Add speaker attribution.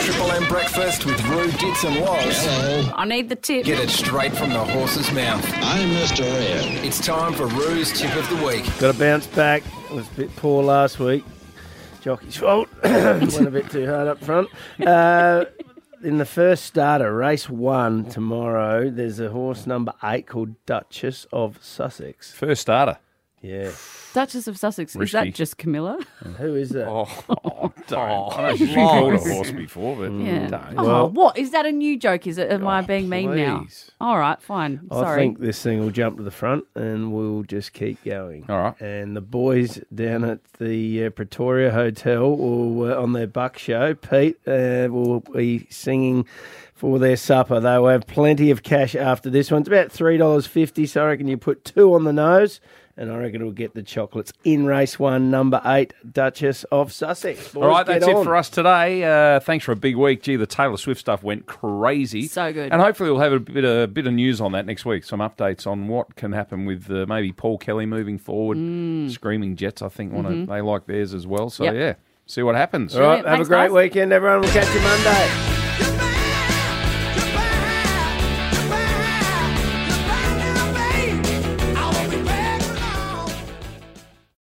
Speaker 1: Triple M breakfast with Rue, Dits and Woz.
Speaker 2: Hello,
Speaker 3: I need the tip.
Speaker 1: Get it straight from the horse's mouth.
Speaker 2: I'm Mr. Red.
Speaker 1: It's time for Rue's tip of the week.
Speaker 4: Got to bounce back. It was a bit poor last week. Jockey's fault. Went a bit too hard up front. Uh, in the first starter, race one tomorrow, there's a horse number eight called Duchess of Sussex.
Speaker 5: First starter.
Speaker 4: Yeah.
Speaker 3: Duchess of Sussex. Is
Speaker 5: Risky.
Speaker 3: that just Camilla?
Speaker 4: Who is that?
Speaker 5: Oh, I know she's been called a horse before, but
Speaker 3: Yeah.
Speaker 5: don't.
Speaker 3: Oh,
Speaker 4: Well-
Speaker 3: what is that a new joke? Is it? Am I being mean now?
Speaker 5: please.
Speaker 3: All right, fine.
Speaker 4: I
Speaker 3: Sorry.
Speaker 4: think this thing will jump to the front and we'll just keep going.
Speaker 5: All right.
Speaker 4: And the boys down at the uh, Pretoria Hotel will, uh, on their buck show, Pete uh, will be singing for their supper. They will have plenty of cash after this one. It's about $3.50, so I reckon you put two on the nose. And I reckon it'll get the chocolates in race one, number eight, Duchess of Sussex.
Speaker 5: All right, that's it for us today. Uh, thanks for a big week. Gee, the Taylor Swift stuff went crazy.
Speaker 3: So good.
Speaker 5: And hopefully we'll have a bit of, bit of news on that next week. Some updates on what can happen with uh, maybe Paul Kelly moving forward. Screaming Jets, I think, want to they like theirs as well. So,
Speaker 3: Hmm. Mm-hmm. Yep.
Speaker 5: yeah, see what happens.
Speaker 4: All right,
Speaker 3: Brilliant.
Speaker 4: have
Speaker 3: Thanks,
Speaker 4: a great
Speaker 3: guys.
Speaker 4: weekend, everyone. We'll catch you Monday.